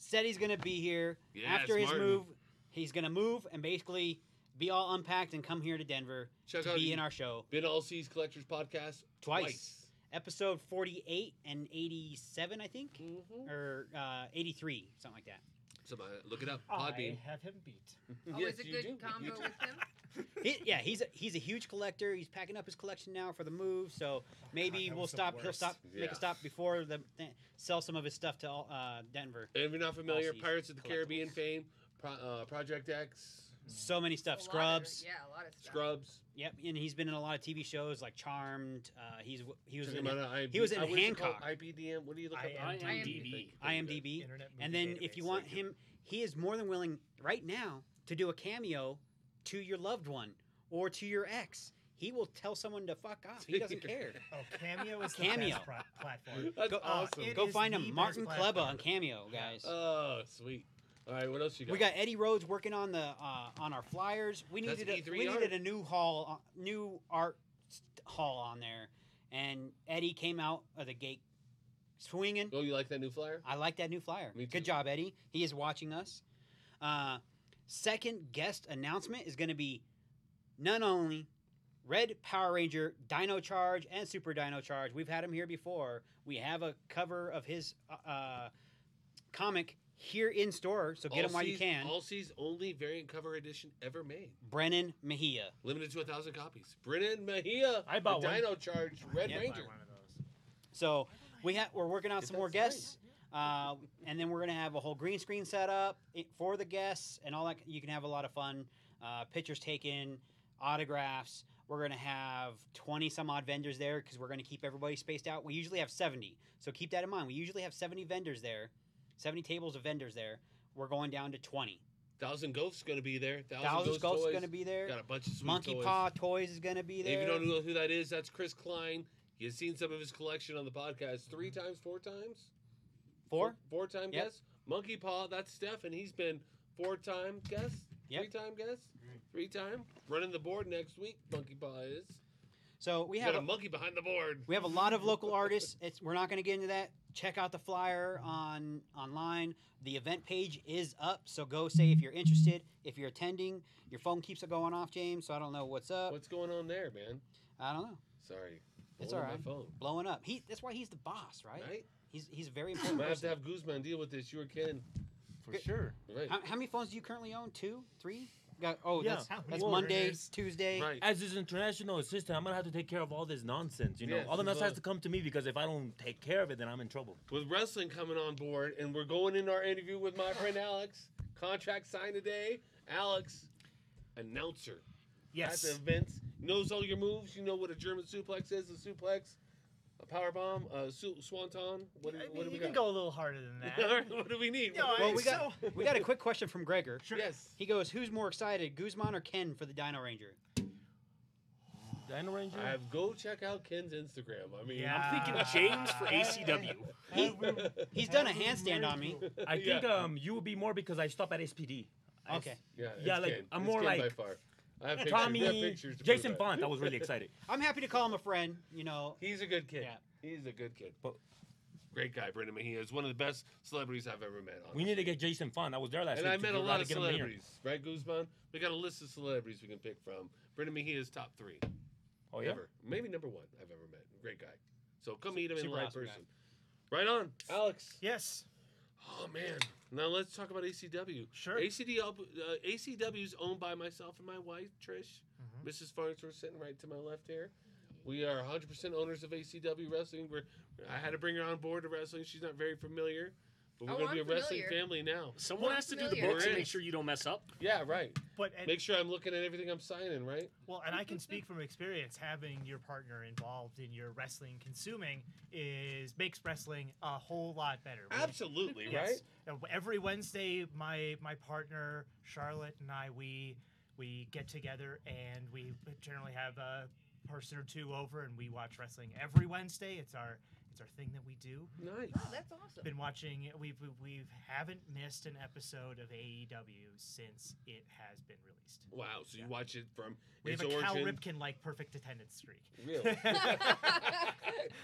S5: Said he's going to be here
S2: Yes,
S5: after his
S2: Martin.
S5: move. He's going to move and basically be all unpacked and come here to Denver
S2: Check
S5: to
S2: out
S5: be
S2: his-
S5: in our show
S2: Been All Seas Collectors Podcast
S5: twice. Episode 48 and 87, I think,
S2: Mhm. (laughs)
S5: Mm-hmm. or uh, 83, something like that.
S2: Somebody look it up.
S8: I
S2: Podbean.
S8: have him beat.
S3: Always
S2: Yes,
S3: a
S2: you
S3: good
S2: do.
S3: combo with him.
S6: (laughs)
S5: He, yeah, he's a, he's a huge collector. He's packing up his collection now for the move. So maybe
S8: that
S5: we'll
S8: was the
S5: stop. He'll
S8: worst.
S5: stop. Make
S2: Yeah.
S5: a stop before the th- sell some of his stuff to uh, Denver.
S2: And if you're not familiar,
S5: season
S2: Pirates of the Caribbean
S5: collectibles.
S2: fame, Pro, uh, Project X,
S5: So many
S3: Mm-hmm. A lot
S5: stuff.
S3: of-
S5: Scrubs.
S3: yeah, a lot of stuff.
S2: Scrubs.
S5: Yep, and he's been in a lot of TV shows like Charmed. Uh, he's w- he was
S2: Check
S5: in
S2: him out on IB
S5: he was in
S2: uh, what is it called?
S5: Hancock.
S2: IBDM. What do you look up?
S6: IMDb.
S1: IMDb.
S6: Internet
S5: IMDb.
S6: movie
S5: And then if you
S6: database.
S5: want him, he is more than willing right now to do a cameo to your loved one or to your ex. He will tell someone to fuck off. He doesn't care.
S6: Oh, Cameo is the
S5: Cameo.
S6: best pro- platform.
S2: That's
S5: Go- uh,
S2: awesome.
S6: it-
S5: Go
S6: is
S5: find
S6: the
S5: him,
S6: best
S5: Martin Kleba
S6: platform.
S5: on Cameo, guys.
S2: Oh, sweet. All right, what else you got?
S5: we got Eddie Rhodes working on the uh, on our flyers. We
S2: That's
S5: needed a,
S2: E3
S5: we
S2: art.
S5: needed a new hall, uh, new art st- hall on there, and Eddie came out of the gate swinging.
S2: Oh, you like that new flyer?
S5: I like that new flyer.
S2: Me too.
S5: Good job, Eddie. He is watching us. Uh, second guest announcement is going to be none only Red Power Ranger, Dino Charge, and Super Dino Charge. We've had him here before. We have a cover of his uh, uh, comic here in store, so get him while you
S2: Allseas-
S5: can.
S2: Allseas only variant cover edition ever made.
S5: Brennan Mejia.
S2: Limited to a thousand copies. Brennan Mejia.
S4: I bought
S2: the
S4: one.
S2: Dino Charge Red
S6: Buy
S2: Ranger.
S6: one of those.
S5: So we ha- we're working on
S2: If
S5: some more
S2: that's
S5: guests. Uh, and then we're gonna have a whole green screen set up i- for the guests and all that. You can have a lot of fun. Uh, pictures taken, autographs. We're gonna have twenty some odd vendors there because we're gonna keep everybody spaced out. We usually have seventy, so keep that in mind. We usually have seventy vendors there, seventy tables of vendors there. We're going down to twenty.
S2: Thousand Ghost's gonna be there.
S5: Thousand
S2: Thousand
S5: Skull's
S2: Ghosts
S5: gonna be there.
S2: Got a bunch of sweet
S5: Monkey
S2: toys.
S5: Paw Toys is gonna be
S2: If
S5: there.
S2: you don't know who that is, that's Chris Klein. You've seen some of his collection on the podcast three
S5: Mm-hmm.
S2: times, four times,
S5: Four.
S2: four time
S5: Yep.
S2: guest. Monkey Paw, that's Steph, and he's been four time guest,
S5: Yep.
S2: three time guest,
S5: Mm-hmm.
S2: three time running the board next week. Monkey Paw is.
S5: So we
S2: We
S5: have
S2: got a
S5: a-
S2: monkey behind the board.
S5: We have a lot
S2: (laughs)
S5: of local artists. It's, we're not going to get into that. Check out the flyer on online. The event page is up, so go say if you're interested. If you're attending, your phone keeps going off, James. So I don't know what's up.
S2: What's going on there, man?
S5: I don't know.
S2: Sorry,
S5: It's
S2: Blowing
S5: alright.
S2: My phone,
S5: Blowing up. He that's why he's the boss, right?
S2: right?
S5: He's he's a very
S2: Might
S5: important.
S2: have to
S5: person.
S2: have Guzman deal with this. You or Ken,
S4: for
S5: Good.
S4: sure.
S2: right?
S5: How, how many phones do you currently own? Two, three? Got oh
S4: Yeah.
S5: that's
S6: How many
S5: that's Monday,
S6: orders?
S5: Tuesday.
S2: Right.
S4: As his international assistant, I'm gonna have to take care of all this nonsense. You know,
S2: Yes,
S4: all the
S2: as
S4: nonsense
S2: well.
S4: has to come to me because if I don't take care of it, then I'm in trouble.
S2: With wrestling coming on board, and we're going in our interview with my friend Alex. Contract signed today. Alex, announcer
S6: Yes.
S2: at the events, knows all your moves. You know what a German suplex is, a suplex, a power bomb, a su- swanton. What do,
S6: I mean,
S2: what do
S6: you
S2: we
S6: can
S2: got?
S6: go a little harder
S2: (laughs)
S6: than
S5: (laughs)
S2: all
S6: that.
S2: right, what do we need?
S6: No,
S2: What do
S5: Well,
S6: I-
S5: we got we got a quick question from Gregor.
S6: Sure.
S2: Yes.
S5: He goes, "Who's more excited, Guzman or Ken for the Dino Ranger?"
S4: Dino Ranger.
S2: I have go check out Ken's Instagram. I mean,
S6: Yeah.
S1: I'm
S2: (laughs)
S1: thinking James for ACW.
S5: He's done a handstand on me.
S4: I
S2: (laughs)
S4: think
S2: Yeah.
S4: um, you would be more because I stop at SPD. I s-
S5: Okay.
S2: yeah,
S4: Yeah,
S2: it's
S4: like,
S2: Ken.
S4: I'm
S2: It's
S4: more
S2: Ken by
S4: like
S2: far. I have pictures, I have
S4: Tommy,
S2: pictures to prove
S4: Jason
S2: that.
S4: Font. I was really excited.
S5: I'm happy to call him a friend. You know,
S2: (laughs) He's a good kid.
S5: Yeah.
S2: He's a good kid.
S4: But-
S2: Great guy, Brendan Mejia. Is one of the best celebrities I've ever met.
S4: We need to
S2: honestly.
S4: get Jason Font. I was there last
S2: And
S4: week.
S2: I
S4: to
S2: met a
S4: figure out how
S2: lot
S4: to
S2: of
S4: get him in here.
S2: celebrities, right, Guzman? We got a list of celebrities we can pick from. Brendan Mejia is top three
S4: Oh yeah.
S2: ever, maybe number one I've ever met. Great guy. So come meet him in
S5: super
S2: live
S5: awesome guy.
S2: person. Right on, Alex.
S6: Yes.
S2: Oh man. Now let's talk about ACW.
S6: Sure.
S2: ACD, uh, ACW is owned by myself and my wife Trish, Mrs. Farnsworth, sitting right to my left here. We are 100% owners of ACW wrestling. We're, I had to bring her on board to wrestling. She's not very familiar, but we're
S3: Oh,
S2: going to be a
S3: I'm
S2: wrestling
S3: familiar.
S2: family now.
S1: Someone
S3: Well,
S1: has to do the
S3: familiar.
S1: books and
S2: We're in.
S1: make sure you don't mess up.
S2: Yeah, right.
S6: But and,
S2: Make sure I'm looking at everything I'm signing, right?
S6: well, and I can speak from experience. Having your partner involved in your wrestling consuming is makes wrestling a whole lot better. We-
S2: Absolutely,
S6: Yes. Uh, Every Wednesday, my my partner Charlotte and I we we get together and we generally have a person or two over and we watch wrestling every Wednesday. It's our it's our thing that we do.
S2: right?
S3: Oh,
S2: Nice.
S3: that's awesome.
S6: Been watching. We've we- we've haven't missed an episode of AEW since it has been released.
S2: Wow. So you watch it from
S6: We
S2: its
S6: have a Cal
S2: origin.
S6: Ripken like perfect attendance streak.
S2: Really?
S3: (laughs)
S2: (laughs)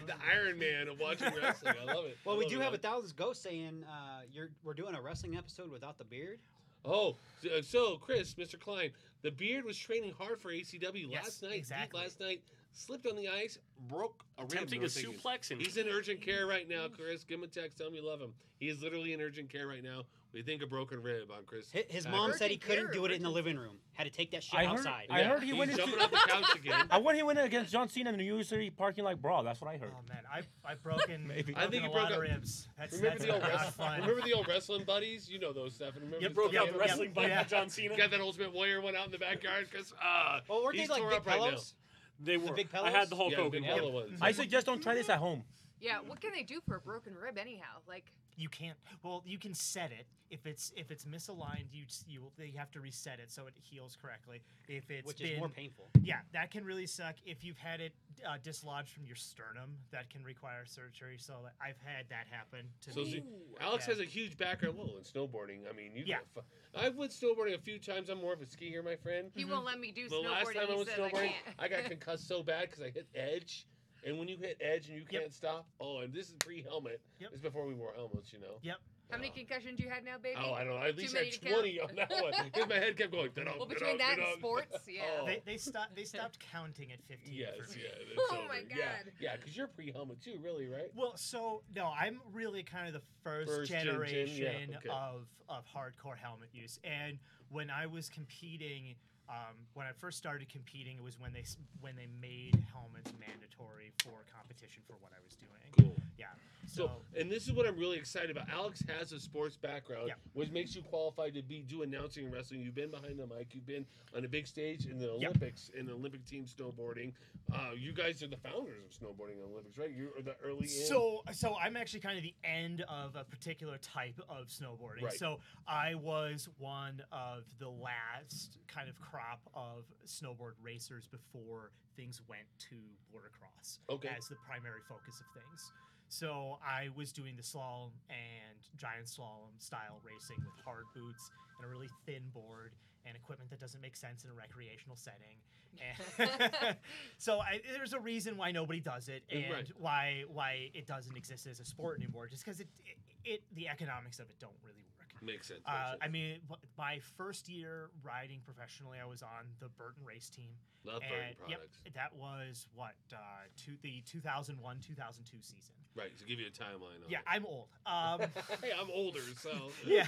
S2: the Iron Man of watching wrestling. I love it.
S5: Well,
S2: I
S5: we
S2: love
S5: do
S2: it,
S5: have a
S2: Alex.
S5: thousand ghosts saying uh, you're we're doing a wrestling episode without the beard.
S2: Oh, so- so Chris, Mr. Klein, the beard was training hard for ACW
S6: Yes,
S2: last night. beat
S6: exactly.
S2: Last night, slipped on the ice, broke a rib.
S1: Attempting a
S2: or something.
S1: suplex and
S2: He's in urgent care right now, Chris. Give him a text. Tell him you love him. He is literally in urgent care right now. We think a broken rib on Chris.
S5: Hi- His
S2: Uh,
S5: mom
S3: Urgent
S5: said he couldn't
S3: care,
S5: do it in the
S3: urgent-
S5: living room. Had to take that shit
S4: I heard-
S5: outside.
S4: I heard he
S2: he's
S4: went into-
S2: jumping off the couch again.
S4: (laughs) I want he went against John Cena in the UFC parking lot brawl. That's what I heard.
S6: (laughs) Oh man, I I've broken.
S4: Maybe.
S2: I
S6: broken
S2: think
S6: a
S2: you
S6: lot
S2: broke
S6: of
S2: up-
S6: ribs. That's,
S2: Remember
S6: that's
S2: the old
S6: not
S2: wrestling?
S6: fun.
S2: Remember the old wrestling buddies? You know those, Stefan. Remember
S1: You (laughs)
S2: the
S1: broke
S2: stuff
S1: out
S2: they
S1: the
S2: had?
S1: wrestling buddy
S6: Yeah.
S1: with John Cena.
S2: Got that Ultimate Warrior one out in the backyard because uh,
S5: Well, weren't
S2: he's
S5: they like
S2: tore
S5: big
S2: up right now.
S5: pillows?
S1: They
S5: The
S1: were.
S5: big
S1: I
S5: pillows?
S1: had the Hulk
S2: yeah, the
S1: Hogan.
S2: big
S1: one.
S2: yellow ones.
S4: I suggest don't try this at home.
S3: Yeah, what can they do for a broken rib anyhow? Like,
S6: You can't. Well, you can set it if it's if it's misaligned. You s- you will- they have to reset it so it heals correctly. If it's
S5: Which
S6: been,
S5: is more painful.
S6: yeah, that can really suck. If you've had it uh, dislodged from your sternum, that can require surgery. So like, I've had that happen to
S2: So
S6: me.
S2: see, Alex
S6: Yeah.
S2: has a huge background. Well, in snowboarding, I mean, you.
S6: Yeah.
S2: Fu- I went snowboarding a few times. I'm more of a skier, my friend.
S3: he won't let me do
S2: The
S3: snowboarding.
S2: last time I
S3: he
S2: went
S3: says I
S2: snowboarding,
S3: can't.
S2: I,
S3: (laughs)
S2: got concussed so bad because I hit edge, and when you hit edge and you can't stop, oh, and this is pre-helmet.
S6: Yep.
S2: It's before we wore helmets, you know.
S6: Yep.
S3: How many concussions you had now, baby?
S2: Oh, I don't know. I at
S3: Too
S2: least
S3: many
S2: had
S3: to count.
S2: 20 on that one (laughs) because my head kept going. "Dun-dun,
S3: well,
S2: dun-dun,
S3: between that and
S2: dun-dun."
S3: sports,
S2: (laughs)
S3: yeah.
S2: Oh.
S6: They they
S2: (laughs)
S6: stopped they stopped counting at fifteen.
S2: Yes,
S6: for me.
S3: (laughs)
S2: yeah. it's
S3: Oh my
S2: over. Yeah,
S3: God.
S2: yeah, because you're pre-helmet too, really, right?
S6: Well, so no, I'm really kind of the first,
S2: First gen, gen, yeah,
S6: generation
S2: okay.
S6: of of hardcore helmet use. And when I was competing, um, when I first started competing, it was when they s- when they made helmets mandatory for competition for what I was doing.
S2: Cool.
S6: Yeah. So,
S2: So, and this is what I'm really excited about. Alex has a sports background,
S6: Yeah.
S2: which makes you qualified to be do announcing in wrestling. You've been behind the mic, you've been on a big stage in the
S6: Yeah.
S2: Olympics, in the Olympic team snowboarding. Uh, you guys are the founders of snowboarding in the Olympics, right? You're the early. in.
S6: so so I'm actually kind of the end of a particular type of snowboarding.
S2: Right.
S6: So I was one of the last kind of crop of snowboard racers before things went to bordercross.
S2: Okay.
S6: as the primary focus of things. So I was doing the slalom and giant slalom style racing with hard boots and a really thin board and equipment that doesn't make sense in a recreational setting.
S2: (laughs)
S6: And (laughs) so I, there's a reason why nobody does it
S2: Uh,
S6: and
S2: right.
S6: why why it doesn't exist as a sport anymore. Just because it, it it the economics of it don't really work.
S2: makes sense. makes
S6: Uh,
S2: sense.
S6: I mean, w- my first year riding professionally, I was on the Burton race team.
S2: Love burning
S6: And, yep,
S2: products,
S6: that was what uh, two, the 2001 2002 season.
S2: right? To give you a timeline on
S6: Yeah,
S2: it.
S6: I'm old.
S2: (laughs)
S6: Um,
S2: hey, I'm older, so
S6: (laughs) Yeah.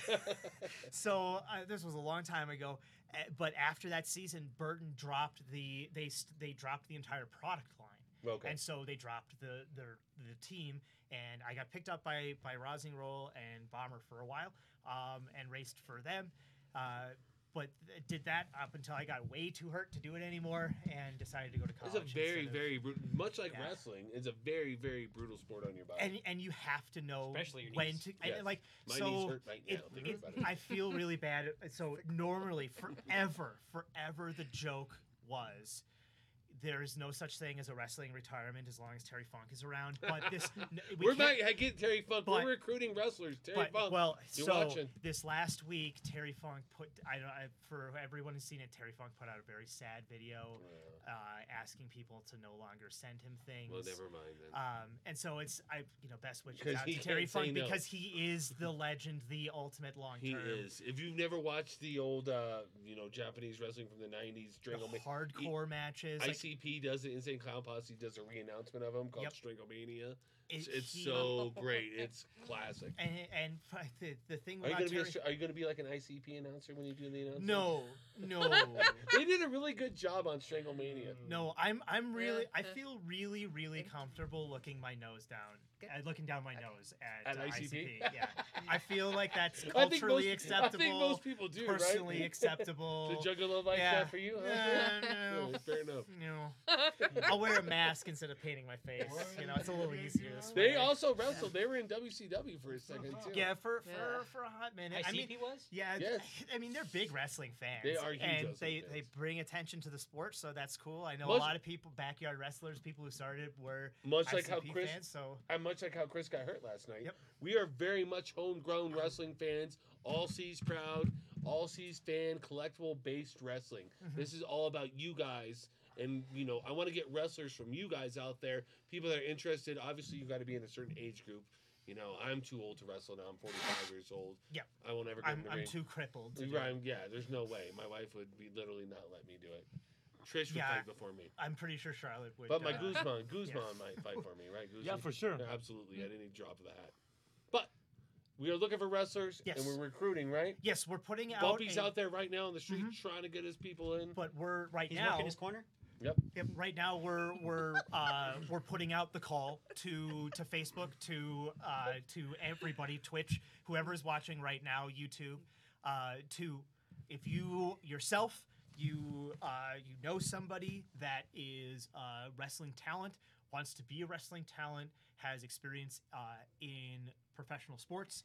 S6: so uh, this was a long time ago, uh, but after that season, Burton dropped the they st- they dropped the entire product line.
S2: okay.
S6: And so they dropped the their the team, and I got picked up by by Rosing Roll and Bomber for a while, um, and raced for them. Uh, but th- did that up until I got way too hurt to do it anymore, and decided to go to college.
S2: It's a very,
S6: instead of-
S2: very bru- much like
S6: Yeah.
S2: wrestling. It's a very, very brutal sport on your body.
S6: and and you have to know
S5: Especially your
S6: when
S5: knees.
S6: to and,
S2: Yes.
S6: like
S2: My
S6: so.
S2: knees hurt right now.
S6: it-
S2: Think
S6: it-
S2: about it.
S6: I feel
S2: (laughs)
S6: really bad. at- So normally, forever, forever, the joke was there is no such thing as a wrestling retirement as long as Terry Funk is around. But
S2: (laughs)
S6: this, n- we
S2: We're
S6: can't-
S2: back. I get Terry Funk.
S6: but-
S2: We're recruiting wrestlers. Terry
S6: but,
S2: Funk.
S6: well,
S2: you're
S6: so
S2: watching.
S6: this last week, Terry Funk put I don't I, for everyone who's seen it. Terry Funk put out a very sad video
S2: Yeah.
S6: uh, asking people to no longer send him things.
S2: well, never mind then.
S6: Um, and so it's I you know best wishes
S2: Because
S6: out
S2: he
S6: to Terry
S2: can't say
S6: Funk
S2: no.
S6: because he
S2: (laughs)
S6: is the legend, the ultimate long
S2: He
S6: term.
S2: is. If you've never watched the old, uh, you know, Japanese wrestling from the '90s,
S6: The
S2: Stranglemania,
S6: hardcore matches. like,
S2: ICP does the Insane Clown Posse does a reannouncement of him called
S6: Yep.
S2: Stranglemania. It's,
S6: it-
S2: it's
S6: he-
S2: so great. It's classic.
S6: and and (laughs) f- the, the thing
S2: Are you
S6: about
S2: gonna be
S6: Terry.
S2: a, str- Are you gonna be like an ICP announcer when you do the announcement?
S6: no,
S3: (laughs)
S6: no,
S2: They did a really good job on Stranglemania.
S6: no. I'm I'm really I
S3: Yeah.
S6: feel really really comfortable looking my nose down,
S3: Good.
S6: uh, looking down my nose at,
S2: At (laughs)
S6: uh,
S2: ICP?
S6: Yeah, I feel like that's
S2: (laughs) I think
S6: culturally
S2: most-
S6: acceptable,
S2: I think most people do, (laughs)
S6: personally
S2: right?
S6: acceptable.
S2: The juggalo like
S6: Yeah.
S2: that for (laughs) you? Huh?
S6: Nah, no.
S2: Yeah, Fair enough.
S6: No. I'll wear a mask instead of painting my face. You know, (laughs) it's a little easier this way.
S2: They also wrestled. They were in WCW for a second too.
S6: yeah, for for,
S3: Yeah.
S6: for a hot minute. I mean,
S5: ICP was?
S6: yeah,
S2: Yes.
S6: I mean they're big wrestling fans.
S2: They are huge
S6: and
S2: wrestling
S6: they
S2: fans.
S6: they bring attention to the sport, so that's cool. I know
S2: Most-
S6: a lot of people, backyard wrestlers, people who started were
S2: Much
S6: ICP
S2: like how Chris,
S6: fans. So
S2: uh, much like how Chris got hurt last night.
S6: Yep.
S2: We are very much homegrown wrestling fans. All seas proud. All seas fan collectible based wrestling.
S6: Mm-hmm.
S2: This is all about you guys. And you know, I want to get wrestlers from you guys out there, people that are interested. Obviously, you got to be in a certain age group. You know, I'm too old to wrestle now. I'm 45 years old.
S6: Yep.
S2: I will never get in
S6: I'm
S2: the
S6: I'm
S2: ring.
S6: too crippled. To do it.
S2: Right, yeah, there's no way. My wife would be literally not let me do it. Trish would
S6: Yeah.
S2: fight before me.
S6: I'm pretty sure Charlotte would.
S2: But my
S6: uh,
S2: Guzman,
S6: (laughs)
S2: Guzman might fight for me, right? Guzman?
S4: Yeah, for sure.
S2: Yeah, absolutely. I didn't even drop of the hat. But We are looking for wrestlers,
S6: Yes.
S2: and we're recruiting, right?
S6: Yes, we're putting out.
S2: Bumpy's
S6: a-
S2: out there right now on the street
S6: Mm-hmm.
S2: trying to get his people in.
S6: But we're right
S5: He's
S6: now.
S5: working his corner.
S6: Yep, right now we're we're uh, we're putting out the call to to Facebook to uh, to everybody Twitch whoever is watching right now YouTube uh, to if you yourself you uh, you know somebody that is uh, wrestling talent wants to be a wrestling talent has experience uh, in professional sports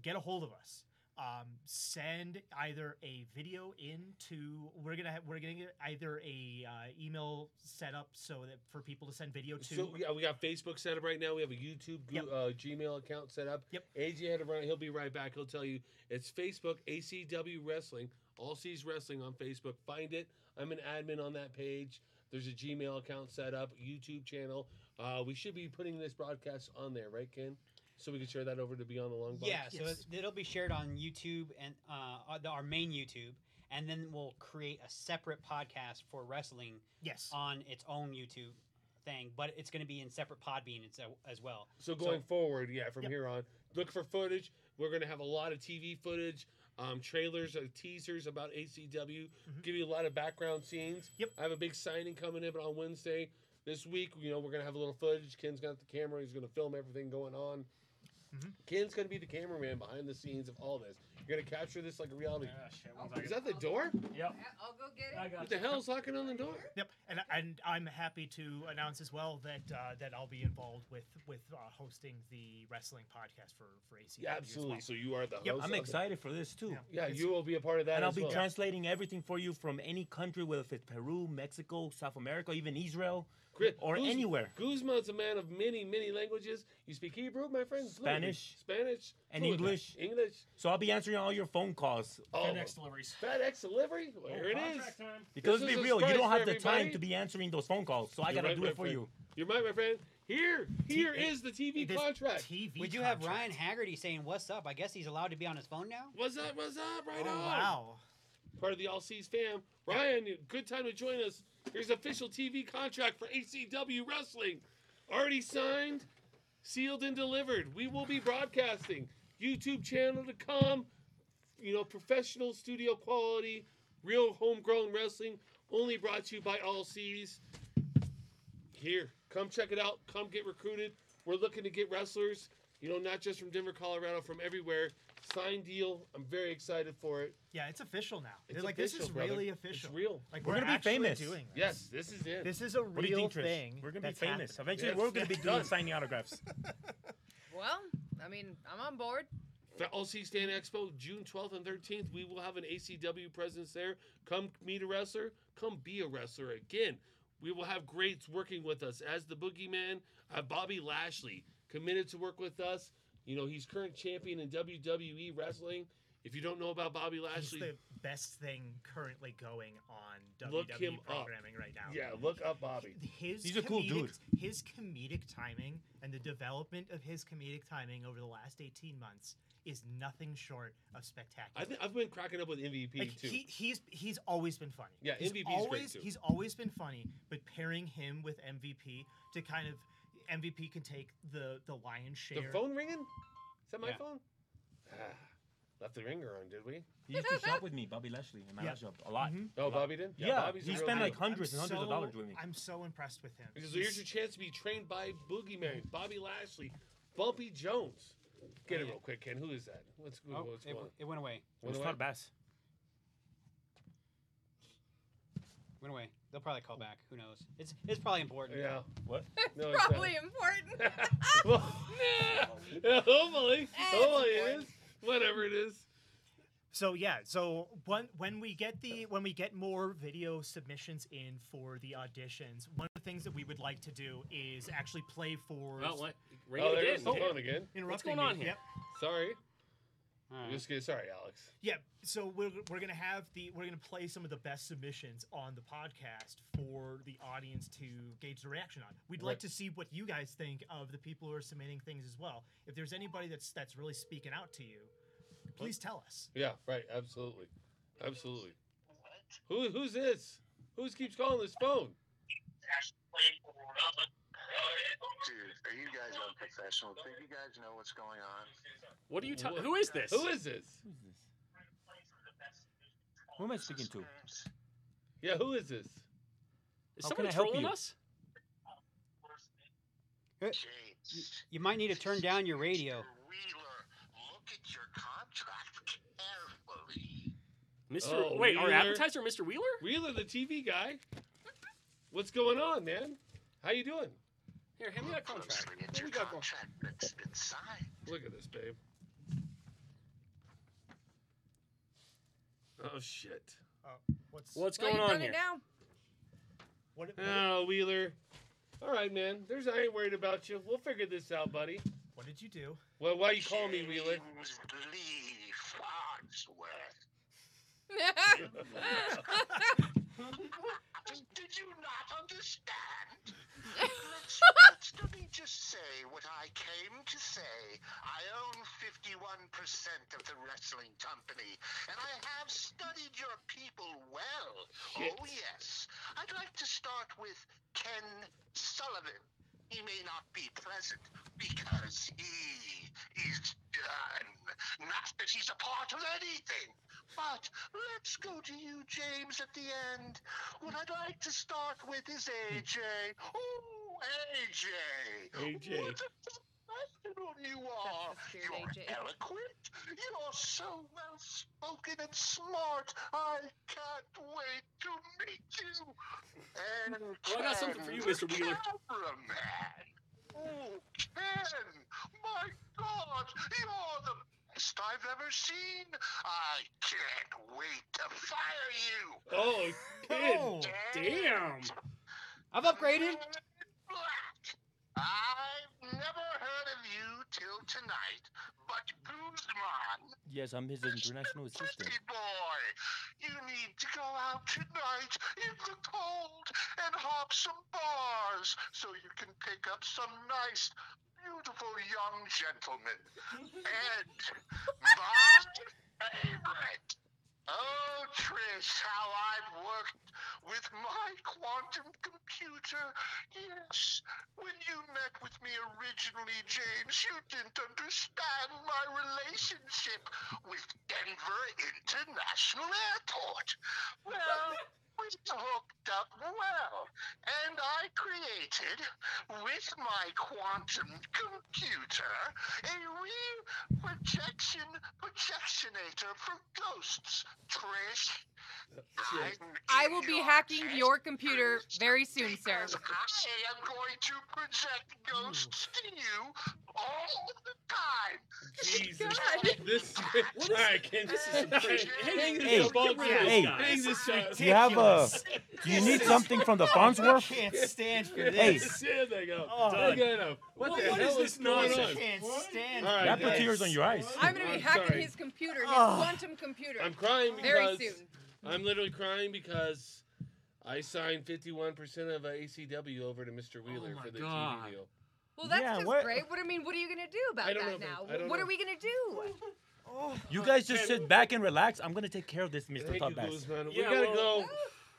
S6: get a hold of us um, send either a video in to we're gonna have, we're gonna get either a uh, email set up so that for people to send video to
S2: So yeah, we got Facebook set up right now. We have a YouTube gr-
S6: Yep.
S2: uh, Gmail account set up.
S6: Yep.
S2: AJ had to run. He'll be right back. He'll tell you it's Facebook ACW Wrestling. All Seas Wrestling on Facebook. Find it. I'm an admin on that page. There's a Gmail account set up, YouTube channel. Uh, we should be putting this broadcast on there, right, Ken? So we can share that over to Beyond the Long Box.
S5: Yeah, so
S6: Yes.
S5: it- it'll be shared on YouTube and uh, our- the- our main YouTube, and then we'll create a separate podcast for wrestling
S6: yes
S5: on its own YouTube thing, but it's going to be in separate Podbean it's- as well.
S2: So going forward, yeah, from
S6: Yep.
S2: here on, look for footage. We're going to have a lot of TV footage, um, trailers, uh, teasers about ACW.
S4: Mm-hmm.
S2: Give you a lot of background scenes.
S6: Yep.
S2: I have a big signing coming in, but on Wednesday this week, you know, we're going to have a little footage. Ken's got the camera. He's going to film everything going on.
S4: Mm-hmm.
S2: Ken's going to be the cameraman behind the scenes of all this. You're going to capture this like a reality.
S8: Ah, shit, one
S2: Is
S8: second.
S2: that the door?
S8: Yep.
S3: (laughs) Yeah, I'll go get it.
S8: I got
S2: What the
S8: you.
S2: hell is locking on the door?
S6: yep and and I'm happy to announce as well that uh, that I'll be involved with with uh, hosting the wrestling podcast for for ACW
S2: Yeah,
S6: as well.
S2: absolutely. So you are the host.
S6: Yep,
S2: of
S4: I'm
S2: it.
S4: excited for this too.
S6: Yeah.
S2: Yeah, you will be a part of that.
S4: And I'll
S2: as
S4: be
S2: well.
S4: translating everything for you from any country, whether if it's Peru, Mexico, South America, even Israel,
S2: Gri-
S4: or
S2: Guz-
S4: anywhere.
S2: Guzman's a man of many, many languages. You speak Hebrew, my friend? Fluently.
S4: Spanish.
S2: Spanish.
S4: And
S2: fluently.
S4: English.
S2: English.
S4: So I'll be answering all your phone calls.
S2: Oh,
S8: FedEx deliveries.
S2: FedX delivery? Well, here it is.
S8: Contract time.
S4: Because
S2: This
S4: let's
S2: is
S4: be
S2: a
S4: real, you
S2: surprise
S4: don't
S2: for
S4: have the time
S2: everybody.
S4: to be answering those phone calls. So I
S2: You're
S4: gotta
S2: right,
S4: do
S2: my
S4: it for
S2: friend.
S4: you.
S2: You're right, my friend. Here, here is the TV
S6: This
S2: contract.
S6: TV
S5: Would you have
S6: contract.
S5: Ryan Haggerty saying, What's up? I guess he's allowed to be on his phone now?
S2: what's up? What's up? Right
S6: oh
S2: on.
S6: wow
S2: Part of the All Seas fam. Ryan, good time to join us. Here's official TV contract for ACW Wrestling. Already signed, sealed, and delivered. We will be broadcasting. YouTube channel to come. You know, professional studio quality, real homegrown wrestling. Only brought to you by All Seas. Here, come check it out. Come get recruited. We're looking to get wrestlers. You know, not just from Denver, Colorado, from everywhere. Signed deal. I'm very excited for it.
S6: yeah it's official now
S2: It's
S6: like this
S2: official,
S6: is
S2: brother.
S6: really
S2: It's
S6: official
S2: real.
S6: like
S4: We're gonna be
S6: actually
S4: famous.
S6: doing this.
S2: Yes, this is it.
S6: This is a real
S4: What do you think, Trish?
S6: thing.
S4: We're gonna be
S6: that's
S4: famous.
S6: happening.
S4: Eventually,
S2: Yes.
S4: we're gonna be
S2: Done. (laughs)
S4: doing signing autographs.
S3: Well, I mean, I'm on board.
S2: For LC Stand Expo, June 12th and 13th, we will have an ACW presence there. Come meet a wrestler. Come be a wrestler again. We will have greats working with us as the boogeyman. Uh, Bobby Lashley committed to work with us. You know, he's current champion in WWE wrestling. If you don't know about Bobby
S6: He's
S2: Lashley,
S6: the best thing currently going on WWE
S2: Look him up.
S6: programming right now.
S2: yeah, look up Bobby.
S6: His
S4: He's a cool
S6: comedic-
S4: dude.
S6: His comedic timing and the development of his comedic timing over the last 18 months is nothing short of spectacular.
S2: I think I've been cracking up with MVP
S6: Like,
S2: too.
S6: he, he's he's always been funny.
S2: Yeah,
S6: he's
S2: MVP 's great,
S6: always
S2: too.
S6: he's always been funny. But pairing him with MVP to kind of MVP can take the the lion's
S2: the
S6: share.
S2: phone ringing? Is that my
S5: Yeah.
S2: phone? Ah, left the ringer on, did we?
S4: He used to shop with me, Bobby Lashley, in my
S6: Yeah.
S4: last job a lot.
S2: Oh, Bobby did.
S4: Yeah,
S2: Bobby's a
S4: he
S2: real
S4: spent
S2: deal.
S4: like hundreds and hundreds of dollars with me.
S6: I'm so impressed with him.
S2: So
S6: He's-
S2: here's your chance to be trained by Boogeyman, Bobby Lashley, Bumpy Jones. Get it real quick, Ken. Who is that? What's who,
S5: Oh,
S2: what's
S5: it,
S2: going
S5: w- it went away.
S4: It
S2: on?
S4: was
S2: Went
S4: Todd
S2: away?
S4: Bass.
S5: Went away. They'll probably call back. Who knows? It's it's probably important.
S2: Yeah.
S4: What?
S2: No, it's (laughs)
S3: Probably important.
S2: not. well, yeah, hopefully, hopefully it
S3: boy.
S2: is. Whatever it is.
S6: So yeah, so when when we get the when we get more video submissions in for the auditions, one of the things that we would like to do is actually play for.
S1: Well, what? Ring
S2: oh,
S1: it
S2: there
S1: again.
S2: goes the
S1: Damn.
S2: phone again.
S1: What's
S6: interrupting
S1: going on
S6: me.
S1: here?
S6: Yep.
S2: Sorry.
S5: All right.
S2: Just kidding. Sorry, Alex.
S6: Yeah, so we're, we're gonna have the we're gonna play some of the best submissions on the podcast for the audience to gauge the reaction on. We'd like
S2: Right.
S6: to see what you guys think of the people who are submitting things as well. If there's anybody that's that's really speaking out to you, please tell us.
S2: Yeah. Right. Absolutely. Absolutely. Who? Who's this? Who keeps calling this phone?
S8: Dude, are you guys unprofessional? Do you guys know what's going on?
S1: What are you
S2: What?
S1: talking? Who is this?
S2: Who is this?
S4: Who's this? Who am I speaking to?
S2: Yeah, who is this?
S1: Is
S4: How
S1: someone
S4: can I help
S1: trolling
S4: you?
S1: us?
S8: James.
S5: You might need to turn down your
S8: (laughs)
S5: radio.
S8: Mr. Wheeler, look at your contract carefully.
S1: Mr.
S2: Oh,
S1: Wait, our
S2: Wheeler.
S1: advertiser, Mr. Wheeler?
S2: Wheeler, the TV guy. What's going on, man? How you doing?
S1: Here, hand me that contract.
S8: Closely at
S1: Here we
S8: your
S1: go, girl.
S8: contract that's been signed.
S2: Look at this, babe. Oh shit.
S6: What's
S1: What's
S3: Well,
S1: going
S3: you've
S1: on
S3: done
S1: here?
S2: (laughs)
S3: it now. (laughs)
S6: What, what,
S1: Uh,
S2: Oh, Wheeler. All right, man. There's I ain't worried about you. We'll figure this out, buddy.
S6: what did you do?
S2: Well, why you calling me, Wheeler? (laughs)
S8: James Lee Farnsworth. Did you not understand? Let's, let's let me just say what I came to say. I own 51% of the wrestling company, and I have studied your people well. Oh, yes. I'd like to start with Ken Sullivan. He may not be present because he is done. Not that he's a part of anything. But let's go to you, James, at the end. What I'd like to start with is AJ. Ooh, AJ.
S2: AJ.
S8: What a professional you are.
S3: That's the
S2: Oh,
S3: spirit,
S8: You're
S3: (laughs) AJ.
S8: eloquent. You're so well spoken and smart. I can't wait to meet you. And
S1: Well, I got something for you, Mr. Wheeler.
S8: Cameraman. Oh, Ken! My God! You're the best I've ever seen! I can't wait to fire you!
S2: Oh, kid.
S1: Damn.
S5: I've upgraded.
S8: Man in Black! I've never heard of you till tonight, but Guzman,
S4: Yes, I'm his
S8: Mr.
S4: international assistant.
S8: Pretty boy, you need to go out tonight in the cold and hop some bars so you can pick up some nice, beautiful young gentlemen. And my favorite. Oh, Trish, how I've worked with my quantum computer. Yes, when you met with me originally, James, you didn't understand my relationship with Denver International Airport. Well,
S3: (laughs)
S8: we hooked up well, and I created, with my quantum computer, a real projection projectionator for ghosts. Trish, I'm
S3: I
S8: in
S3: will be
S8: your
S3: hacking
S8: head.
S3: your computer very soon, sir.
S8: Because I am going to project ghosts to you all the time.
S2: Jesus.
S3: (laughs) God.
S2: This.
S1: What
S2: all
S1: is-
S2: right, Ken.
S1: This is some
S2: hang,
S1: pretty-
S2: hang
S1: hey,
S2: this
S4: hey,
S2: up on
S1: get rid of this
S2: Chris.
S1: guy.
S2: Hang this up.
S4: Do you have a? Do you need
S6: This is-
S4: something from the
S6: I
S4: Farnsworth?
S6: can't stand for
S4: Hey.
S6: this.
S2: (laughs) There they go.
S6: Oh.
S2: Done. Good enough. What,
S1: What-
S2: the
S1: what
S2: hell
S1: is this
S2: going
S1: nonsense?
S6: I
S2: on?
S6: can't
S7: What?
S6: stand
S2: All
S6: for
S2: right,
S4: That put
S2: yes.
S4: tears on your eyes.
S3: I'm gonna be
S2: I'm
S3: hacking
S2: sorry.
S3: his computer, his
S4: Oh.
S3: quantum computer,
S2: I'm crying
S3: very
S2: because
S3: soon.
S2: I'm literally crying because I signed 51% of uh, ACW over to Mr. Wheeler
S1: Oh my
S2: for the
S1: God.
S2: TV deal.
S3: Well, that's
S4: Yeah,
S3: just
S4: what-
S3: great. What I mean, what are you gonna do about
S2: I don't
S3: that
S2: know,
S3: now?
S2: I don't
S3: What
S2: know.
S3: are we gonna do?
S4: You guys just sit back and relax. I'm gonna take care of this, Mr.
S2: Thank you,
S4: Topaz.
S2: Guzman. we
S1: Yeah,
S2: gotta
S1: well-
S2: (laughs) go.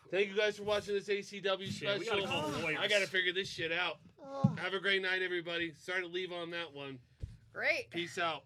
S2: Thank you guys for watching this ACW
S1: Shit, we gotta
S2: special.
S1: call the lawyers.
S2: I gotta figure this shit out. Have a great night, everybody. Sorry to leave on that one.
S3: Great.
S2: Peace out.